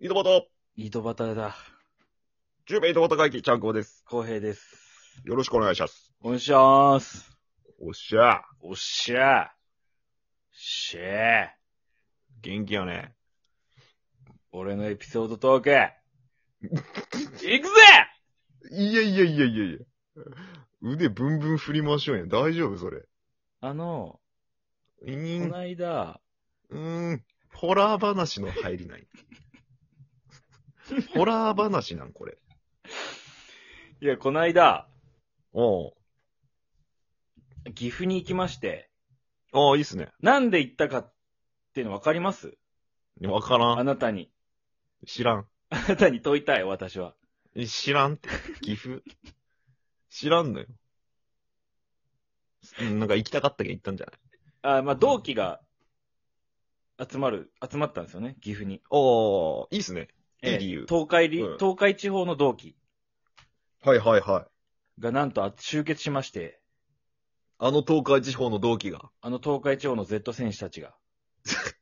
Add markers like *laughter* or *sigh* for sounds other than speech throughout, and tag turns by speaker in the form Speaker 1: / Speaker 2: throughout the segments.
Speaker 1: 井戸端、
Speaker 2: 井戸端だ。
Speaker 1: 10名井戸端会議、ちゃんこです。
Speaker 2: 浩平です。
Speaker 1: よろしくお願いします。
Speaker 2: おっしゃーす。
Speaker 1: おっしゃ。
Speaker 2: おっしゃー。しゃー。
Speaker 1: 元気よね。
Speaker 2: 俺のエピソードト *laughs* ーク。いくぜ
Speaker 1: いやいやいやいやいや。腕ぶんぶん振りましょうや。大丈夫それ。
Speaker 2: あの、
Speaker 1: うー
Speaker 2: こ
Speaker 1: ん、
Speaker 2: の間、
Speaker 1: うーん。ホラー話の入り *laughs* ない。ホラー話なん、これ。
Speaker 2: いや、この間、
Speaker 1: おう
Speaker 2: 岐阜に行きまして、
Speaker 1: ああ、いいっすね。
Speaker 2: なんで行ったかっていうの分かります
Speaker 1: わから
Speaker 2: あ
Speaker 1: ん。
Speaker 2: なたに、
Speaker 1: 知らん。
Speaker 2: あなたに問いたい、私は。
Speaker 1: え知らんって。岐阜。知ら *laughs* んのよ。うんなんか行きたかったけど行ったんじゃない
Speaker 2: あ、まあ、同期が集まる、集まったんですよね、岐阜に。
Speaker 1: おー、いいっすね。いい理由
Speaker 2: えー東海り、
Speaker 1: うん
Speaker 2: 東海地方の同期
Speaker 1: はいはいはい。
Speaker 2: がなんと集結しまして、
Speaker 1: あの東海地方の同期が。
Speaker 2: あの東海地方の Z 選手たちが。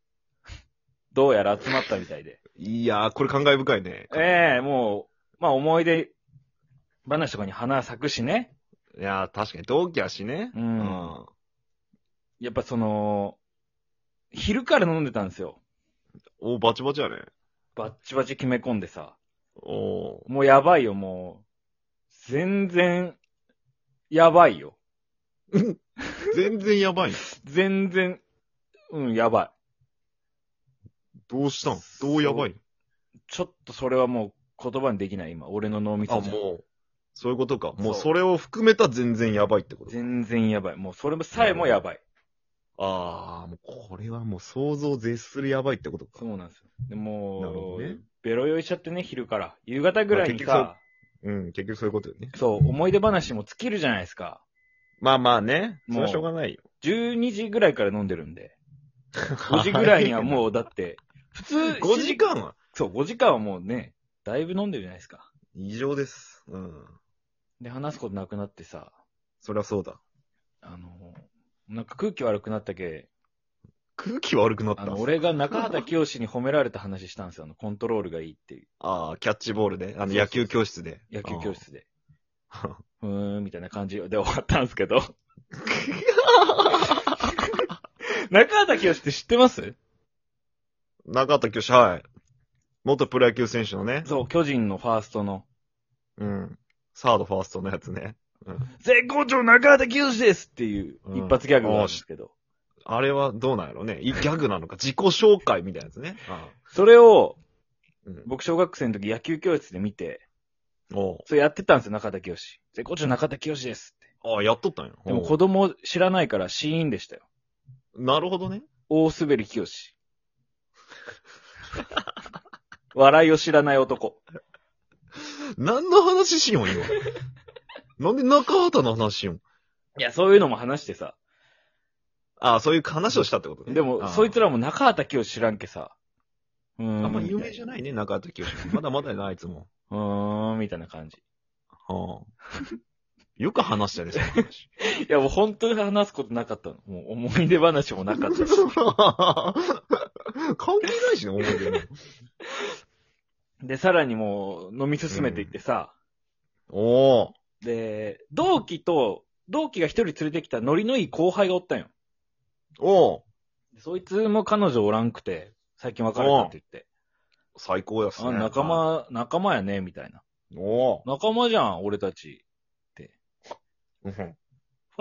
Speaker 2: *laughs* どうやら集まったみた
Speaker 1: *laughs*
Speaker 2: いで。
Speaker 1: いやー、これ感慨深いね。
Speaker 2: ええもう、まあ思い出話とかに花咲くしね。
Speaker 1: いやー、確かに同期やしね。
Speaker 2: う。
Speaker 1: うんん。
Speaker 2: やっぱその、昼から飲んでたんですよ。
Speaker 1: おバチバチやね。
Speaker 2: バッチバチ決め込んでさ。
Speaker 1: おー。
Speaker 2: もうやばいよ、もう。全然、やばいよ。
Speaker 1: 全然やばいね。
Speaker 2: 全然、うん、やば
Speaker 1: どうしたんどうやばい
Speaker 2: い。ちょっとそれはもう言葉にできない、今。俺の脳み
Speaker 1: あ、
Speaker 2: そじゃ
Speaker 1: もう。そういうことか。もう
Speaker 2: そう
Speaker 1: それを含めた全然やばいってことか。
Speaker 2: 全然やばい。もうそれもさえもやばい。
Speaker 1: あー、もうこれはもう想像を絶するやばいってことか。
Speaker 2: そうなんですよ。で
Speaker 1: なるほ
Speaker 2: もう、
Speaker 1: どね
Speaker 2: ベロ酔いしちゃってね、昼から。夕方ぐらいに
Speaker 1: まあ
Speaker 2: さ、
Speaker 1: うん、結局そういうことよね。
Speaker 2: そう、思い出話も尽きるじゃないですか。
Speaker 1: まあまあね。そ
Speaker 2: も
Speaker 1: れ
Speaker 2: う
Speaker 1: はしょうがないよ。
Speaker 2: 12時ぐらいから飲んでるんで。5時ぐらいには
Speaker 1: う。
Speaker 2: もう、
Speaker 1: *laughs*
Speaker 2: だって、普通、
Speaker 1: 5時間は
Speaker 2: そう、5時間はもうね、だいぶ飲んでるじゃないですか。
Speaker 1: 異常です。うん。
Speaker 2: で、話すことなくなってさ、
Speaker 1: そりゃそうだ。
Speaker 2: あの、なんか空気悪くなったけ、
Speaker 1: 空気悪くなった
Speaker 2: あ。の、俺が中畑清に褒められた話したんですよ。あの、コントロールがいいっていう。
Speaker 1: ああ、キャッチボールで、あ
Speaker 2: そう
Speaker 1: の、
Speaker 2: そう
Speaker 1: 野球教室で。
Speaker 2: 野球教室で。
Speaker 1: ああ。
Speaker 2: うーん、みたいな感じで終わったんですけど。 *laughs* 中畑清って知ってます
Speaker 1: *laughs* 中畑教師、はい。元プロ野球選手のね。
Speaker 2: そう、巨人のファーストの、
Speaker 1: うん。サード、ファーストのやつね。
Speaker 2: 絶好調中畑清ですっていう
Speaker 1: うん
Speaker 2: 一発ギャグがあるんですけど、
Speaker 1: あれはどうなんやろうね。いギャグなのか。自己紹介みたいなやつね。ああ
Speaker 2: それを
Speaker 1: うん。
Speaker 2: 僕小学生の時野球教室で見て、
Speaker 1: おう
Speaker 2: それやってたんですよ、中畑清。絶好調中畑清ですって。
Speaker 1: ああ、やっとったんや。
Speaker 2: でも
Speaker 1: おう
Speaker 2: 子供知らないから死因でしたよ。
Speaker 1: なるほどね。
Speaker 2: 大滑り
Speaker 1: *laughs*
Speaker 2: 清。笑いを知らない男。
Speaker 1: 何の話しよん、今。なんで中畑の話しよん。
Speaker 2: いや、そういうのも話してさ。
Speaker 1: ああ、そういう話をしたってことね。
Speaker 2: でも、そいつ
Speaker 1: ら、
Speaker 2: らも中畑清知らんけさ。うーん。
Speaker 1: あんま有名じゃないね、中畑教師。まだまだやな、あいつも。
Speaker 2: うーん、みたいな感じ。
Speaker 1: ああ。よく話したね、その話。
Speaker 2: いや、もう本当に話すことなかったの。もう思い出話もなかったし。
Speaker 1: 関係ないしね、思い出も。
Speaker 2: で、さらにもう飲み進めていってさ、
Speaker 1: おお。
Speaker 2: で、同期と、同期が一人連れてきたノリのいい後輩がおったんよ。
Speaker 1: おお。
Speaker 2: でそいつも彼女おらんくて、最近別れたって言って。
Speaker 1: 最高やっす
Speaker 2: あ、
Speaker 1: ね。
Speaker 2: 仲。間、仲間やね、みたいな。
Speaker 1: おお。
Speaker 2: 仲間じゃん、俺たち。
Speaker 1: うん
Speaker 2: フ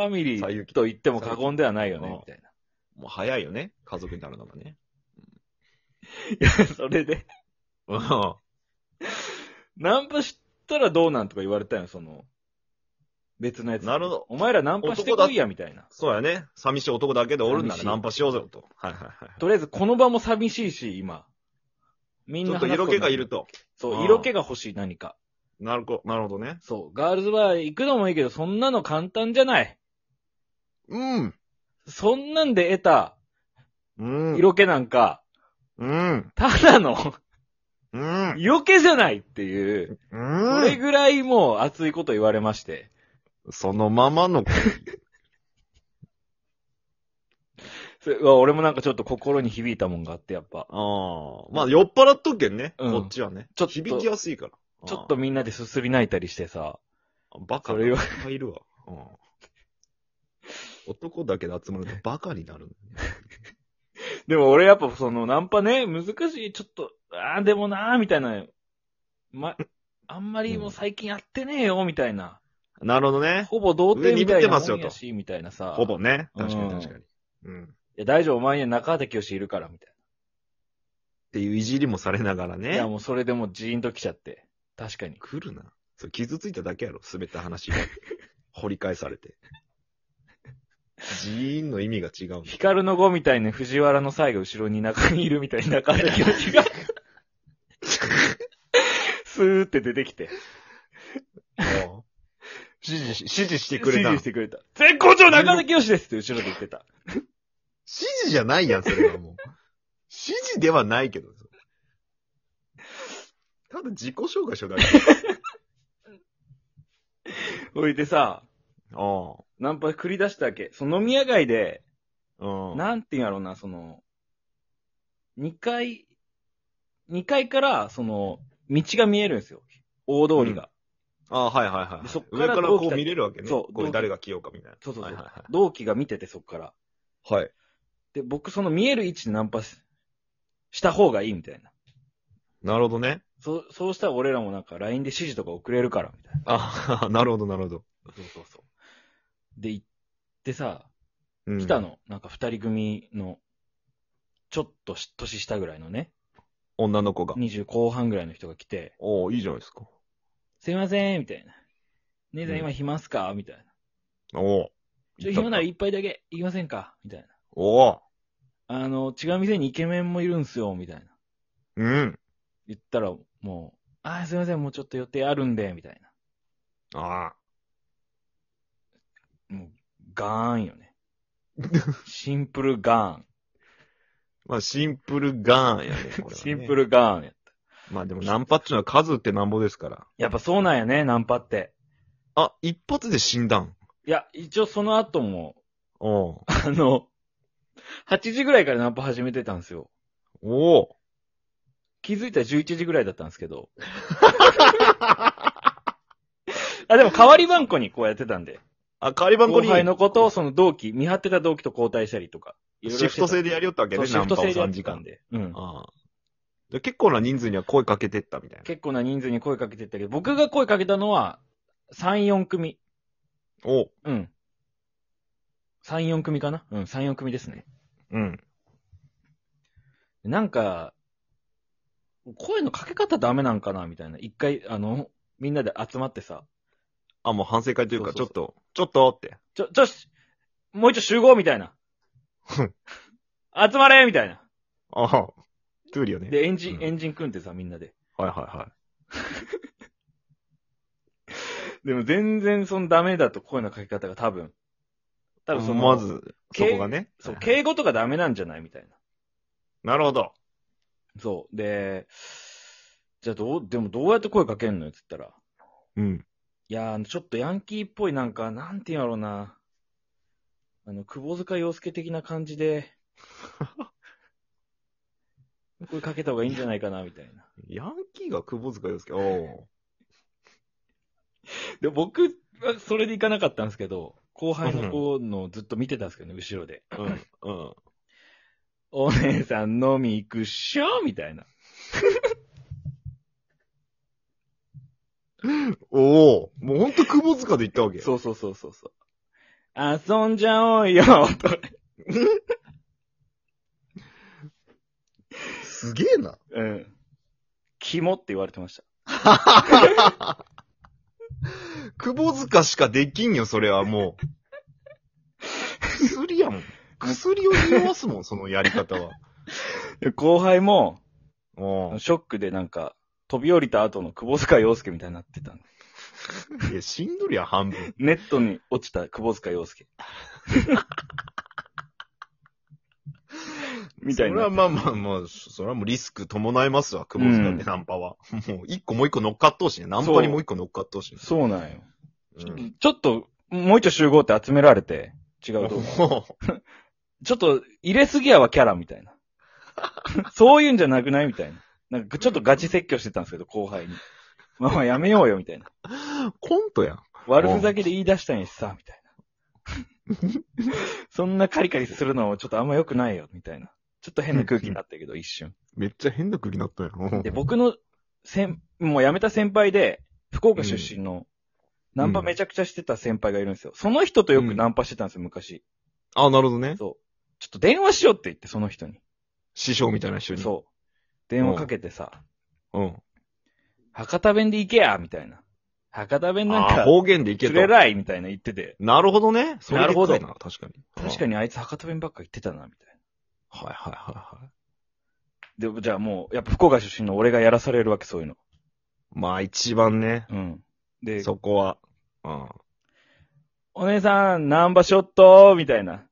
Speaker 2: ァミリ
Speaker 1: 最有
Speaker 2: ー
Speaker 1: 機
Speaker 2: と言っても過言ではないよね、
Speaker 1: うん
Speaker 2: みたいな。
Speaker 1: もう早いよね。家族になるのがね。
Speaker 2: いや、 *laughs* それで、
Speaker 1: うん。
Speaker 2: ナンパしたらどうなんとか言われたんよ、その、別のやつに。
Speaker 1: なるほど
Speaker 2: お前らナンパしてこいや、みたいな。
Speaker 1: そうやね。寂しい男だけでおるんなら
Speaker 2: 寂しい
Speaker 1: ナンパしようぞと。はいはいはい。
Speaker 2: とりあえず、この場も寂しいし、今。みん
Speaker 1: ちょ
Speaker 2: な
Speaker 1: っと
Speaker 2: 話す
Speaker 1: 色
Speaker 2: こ
Speaker 1: 気
Speaker 2: にな
Speaker 1: がいる。と。
Speaker 2: そうう、
Speaker 1: ん
Speaker 2: 色気が欲しい、何か。
Speaker 1: なるこなるほどね。
Speaker 2: そう、ガールズバー行くのもいいけど、そんなの簡単じゃない。
Speaker 1: うん。
Speaker 2: そんなんで得た
Speaker 1: うん。
Speaker 2: 色気なんか、
Speaker 1: うん。
Speaker 2: ただ *laughs* の
Speaker 1: うん。
Speaker 2: 色気じゃないっていう、そうれ
Speaker 1: ん。
Speaker 2: ぐらいもう熱いこと言われまして。
Speaker 1: そのままの。
Speaker 2: それうわ俺もなんかちょっと心に響いたもんがあって、やっぱ。
Speaker 1: ああ。まあ、酔っ払っとけんね。
Speaker 2: うん
Speaker 1: こっちはね。
Speaker 2: ちょっと
Speaker 1: 響きやすいから。
Speaker 2: ちょっとみんなですすり泣いたりしてさ。
Speaker 1: あー。バカ
Speaker 2: そ
Speaker 1: な。
Speaker 2: れ
Speaker 1: い
Speaker 2: は
Speaker 1: っぱいいるわ。うん。男だけで集まるとバカになるんだよね。
Speaker 2: でも俺やっぱその、ナンパね、難しい、ちょっと、ああ、でもなーみたいな。ま、あんまりもう最近やってねえよ、みたいな。
Speaker 1: なるほどね。
Speaker 2: ほぼ童貞みたいなも
Speaker 1: 上に
Speaker 2: ん
Speaker 1: 見て
Speaker 2: や
Speaker 1: ま
Speaker 2: し、みたいなさ。
Speaker 1: ほぼ
Speaker 2: い
Speaker 1: ね。確かに
Speaker 2: うん
Speaker 1: 確かに。うん。っ
Speaker 2: や、大丈夫、お前には中畑清いるから、みたい
Speaker 1: ていういじりもされながら
Speaker 2: な。いや、
Speaker 1: ね。
Speaker 2: もうそれでもうジーンと来ちゃって。確かに。
Speaker 1: 来るな。そう、傷ついただけやろ。滑った話
Speaker 2: *laughs*
Speaker 1: が。掘り返されて。ジーンの意味が違うんだよ
Speaker 2: ヒカルの語みたいに藤原の最が後ろに中にいるみたいな中畑清が。スーって出てきて。
Speaker 1: 指示し、指示して
Speaker 2: 指
Speaker 1: くれた。
Speaker 2: 示
Speaker 1: 指
Speaker 2: してくれた。絶好調中畑清ですって後ろで言ってた。
Speaker 1: 示じゃないやん、それはもう。指示ではないけど。ただ自己紹介しようだけ。
Speaker 2: *laughs* *laughs* 置いてさ、
Speaker 1: あ
Speaker 2: ナンパ繰り出したわけ。その飲み屋街で、
Speaker 1: あ。うん。
Speaker 2: なんていうんやろうな、その、2階、2階から、その、道が見えるんですよ。大通りが。
Speaker 1: ああ、はいはいはいはい。
Speaker 2: でそっから
Speaker 1: 上から
Speaker 2: どう
Speaker 1: こ
Speaker 2: 来
Speaker 1: う
Speaker 2: た
Speaker 1: 見れるわけね。
Speaker 2: そう
Speaker 1: これ誰が着ようかみたいな。
Speaker 2: そうそうそう、
Speaker 1: はいはいは
Speaker 2: 同期が見てて、そっから。
Speaker 1: い。はい。
Speaker 2: で、僕、その見える位置でナンパしした方がいいみたいな。
Speaker 1: なるほどね。
Speaker 2: そう、そうしたら俺らもなんか LINE で指示とか送れるから、みたいな。
Speaker 1: ああ、なるほどなるほど。
Speaker 2: そうそうそう。で、行ってさ、
Speaker 1: うん
Speaker 2: 来たの。なんか二人組の、ちょっとし年下ぐらいのね、
Speaker 1: 女の子が。
Speaker 2: 20後半ぐらいの人が来て、
Speaker 1: おおいいじゃないですか。
Speaker 2: すいません、みたいな。姉さん
Speaker 1: うん
Speaker 2: 今暇っすかみたいな。
Speaker 1: おお
Speaker 2: ちょ、暇なら一杯だけ行きませんかみたいな。
Speaker 1: おお
Speaker 2: あの、違う店にイケメンもいるんすよ、みたいな。
Speaker 1: うん。
Speaker 2: 言ったら、もう、あーすいません、もうちょっと予定あるんで、みたい
Speaker 1: ああ。
Speaker 2: な。もう、ガーン
Speaker 1: *laughs*
Speaker 2: よね。シンプルガ
Speaker 1: まあ、シンプルガーンやね。これは
Speaker 2: ーン。
Speaker 1: ね
Speaker 2: *laughs* シンプ。ルガーンやった。
Speaker 1: まあでもナンパっていうのは数ってなんぼですから。
Speaker 2: やっぱそうなんやね、ナンパって。
Speaker 1: あ、一発で死んだん。
Speaker 2: いや、一応その後も、 *laughs*
Speaker 1: おう
Speaker 2: あの、8時ぐらいからナンパ始めてたんですよ。
Speaker 1: おお
Speaker 2: 気づいたら11時ぐらいだったんです
Speaker 1: *laughs*
Speaker 2: けど。あ、でも代わり番こにこうやってたんで。
Speaker 1: あ、代わり番号
Speaker 2: 後
Speaker 1: に。
Speaker 2: 輩のことをその同期、見張ってた同期と交代したりとか。いろい
Speaker 1: シ
Speaker 2: ろ
Speaker 1: フト制でやりよったわけ
Speaker 2: そう
Speaker 1: ね、
Speaker 2: シ
Speaker 1: ナ
Speaker 2: フ
Speaker 1: ンパ
Speaker 2: ト
Speaker 1: を
Speaker 2: 制でやっ
Speaker 1: 3
Speaker 2: て
Speaker 1: 時
Speaker 2: たん
Speaker 1: 間。
Speaker 2: で。うん。
Speaker 1: ああ。で結構な人数には声かけてったみたいな。
Speaker 2: 結構な人数に声かけてったけど、僕が声かけたのは、3、4組。
Speaker 1: おう
Speaker 2: うん。3、4組かなうん、3、4組ですね。
Speaker 1: うん。
Speaker 2: なんか、声のかけ方ダメなんかなみたいな。一回、あの、みんなで集まってさ、
Speaker 1: あ、もう反省会というか、ち
Speaker 2: そ
Speaker 1: ょ
Speaker 2: う
Speaker 1: っ
Speaker 2: そう
Speaker 1: と、ちょっとって。
Speaker 2: ちょ、ちょ、しもう一度集合
Speaker 1: *laughs*
Speaker 2: みたいな。集まれみたいな。
Speaker 1: ああ。トゥーリよね。
Speaker 2: で、エンジン、
Speaker 1: うん
Speaker 2: エンジン組んでさ、みんなで。
Speaker 1: はいはいはい。
Speaker 2: でも全然そのダメだと声のかけ方が多分。多分その、
Speaker 1: ま、ず、そこがね。
Speaker 2: そう、
Speaker 1: はいはい
Speaker 2: 敬語とかダメなんじゃないみたいな。
Speaker 1: なるほど。
Speaker 2: そう。で、じゃあどう、でもどうやって声かけんのよって言ったら。
Speaker 1: うん。
Speaker 2: いやー、ちょっとヤンキーっぽいなんか、なんていうんやろうな。あの、窪塚洋介的な感じ *laughs* で、声かけた方がいいんじゃないかな、みたいな。
Speaker 1: ヤンキーが久保塚洋介。おお。
Speaker 2: で、僕はそれで行かなかったんですけど、後輩の子のをずっと見てたんですけどね、後ろで。
Speaker 1: うん。うん。
Speaker 2: お姉さん飲み行くっしょみたいな。
Speaker 1: おお。もうほんと久保塚で行ったわけ。
Speaker 2: そうそうそうそうそう。遊んじゃおうよとか
Speaker 1: すげえな。
Speaker 2: うん。肝って言われてました。
Speaker 1: 久保塚しかできんよ、それはもう。薬やもん。薬を匂わすもん、そのやり方 *laughs* は。
Speaker 2: で後輩も、
Speaker 1: お
Speaker 2: ショックでなんか、飛び降りた後の久保塚洋介みたいになってたんで
Speaker 1: お。いや、しんどりや、半分。
Speaker 2: ネットに落ちた久保塚洋介。みたい
Speaker 1: それは
Speaker 2: な。
Speaker 1: まあまあまあ、それはもうリスク伴いますわ、久保塚
Speaker 2: うん
Speaker 1: でナンパは。もう一個もう一個乗っかってほしいね。ナンパにもう一個乗っかってほしいね。
Speaker 2: そうなんよ。
Speaker 1: うん
Speaker 2: ちょっと、もう一丁集合って集められて、違うとこ。
Speaker 1: お
Speaker 2: ちょっと入れすぎやわキャラみたいな。 *laughs* そういうんじゃなくないみたいな。なんかちょっとガチ説教してたんですけど、後輩に。まあまあやめようよ、みたいな。
Speaker 1: コントやん。
Speaker 2: 悪ふざけで言い出したんやしさ、みたい *laughs* な。そんなカリカリするのちょっとあんま良くないよ、みたいな。ちょっと変な空気になったけど、一瞬。
Speaker 1: めっちゃ変な空気になったやろ。
Speaker 2: で、僕の先、もう辞めた先輩で、福岡出身の、ナンパめちゃくちゃしてた先輩がいるんですよ。その人とよくナンパしてたんですよ、昔。
Speaker 1: あ、なるほどね。
Speaker 2: そう。ちょっと電話しようって言って、その人に。
Speaker 1: 師匠みたいな人に。
Speaker 2: そう。電話かけてさ、
Speaker 1: う。うん。
Speaker 2: 博多弁で行けやみたいな。博多弁なん
Speaker 1: あー
Speaker 2: か、
Speaker 1: 方言でいけ
Speaker 2: 釣れ
Speaker 1: た。
Speaker 2: らいみたいな言ってて、
Speaker 1: なるほどね。それでっかい
Speaker 2: なるほど
Speaker 1: 確かに。
Speaker 2: 確かにあいつ博多弁ばっか言ってたな、みたい
Speaker 1: はいはいはいはい。
Speaker 2: な。で、じゃあもう、やっぱ福岡出身の俺がやらされるわけ、そういうの。
Speaker 1: まあ一番ね、
Speaker 2: うん。で、
Speaker 1: そこは。うん。
Speaker 2: お姉さん、ナンバショットみたいな。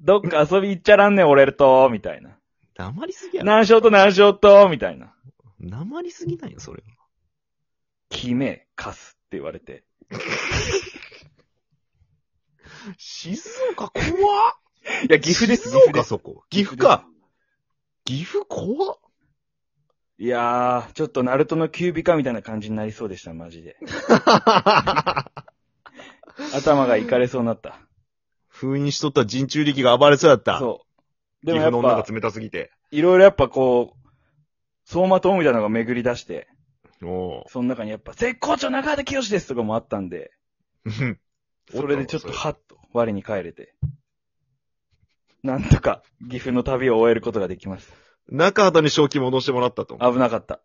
Speaker 2: どっか遊び行っちゃらんねん、俺と、みたいな。
Speaker 1: 黙りすぎやろ。
Speaker 2: 何ショット何ショットみたいな。
Speaker 1: 黙りすぎないよ、それ。
Speaker 2: 決め、貸すって言われて。
Speaker 1: 静岡怖っ
Speaker 2: いや、岐阜です、
Speaker 1: 静
Speaker 2: 岐阜で
Speaker 1: 岡
Speaker 2: す。
Speaker 1: そこ。岐阜か。岐阜怖っ
Speaker 2: いやー、ちょっとナルトのキュービカみたいな感じになりそうでした、マジで。頭がいかれそうになった。
Speaker 1: 封印しとった人中力が暴れそうやった。
Speaker 2: そう。
Speaker 1: 岐
Speaker 2: でもや
Speaker 1: 阜
Speaker 2: っ
Speaker 1: の女が
Speaker 2: ぱ、
Speaker 1: 冷たすぎて。
Speaker 2: いろいろやっぱこう、相馬灯みたいなのが巡り出して、
Speaker 1: お
Speaker 2: その中にやっぱ、絶好調中畑清ですとかもあったんで、
Speaker 1: *laughs* ー
Speaker 2: それでちょっと
Speaker 1: おたわ
Speaker 2: ハッと我に帰れて、なんとか岐阜の旅を終えることができます。
Speaker 1: それ中畑に正気戻してもらったと。
Speaker 2: 危なかった。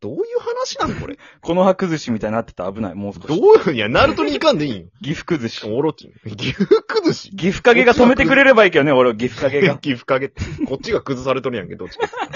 Speaker 1: どういう話なのこれ。
Speaker 2: この葉崩しみたいになってた危ない、もう少
Speaker 1: どう
Speaker 2: し。
Speaker 1: いう、いや、ナルトに行かんでいいよ。
Speaker 2: 岐阜崩
Speaker 1: し
Speaker 2: し
Speaker 1: か。もオロチ。岐阜崩し
Speaker 2: 岐阜影が止めてくれればいいけどね、俺、岐阜影が。
Speaker 1: 岐阜かげって。こっちが崩されとるやんけ、どっちかっつったら。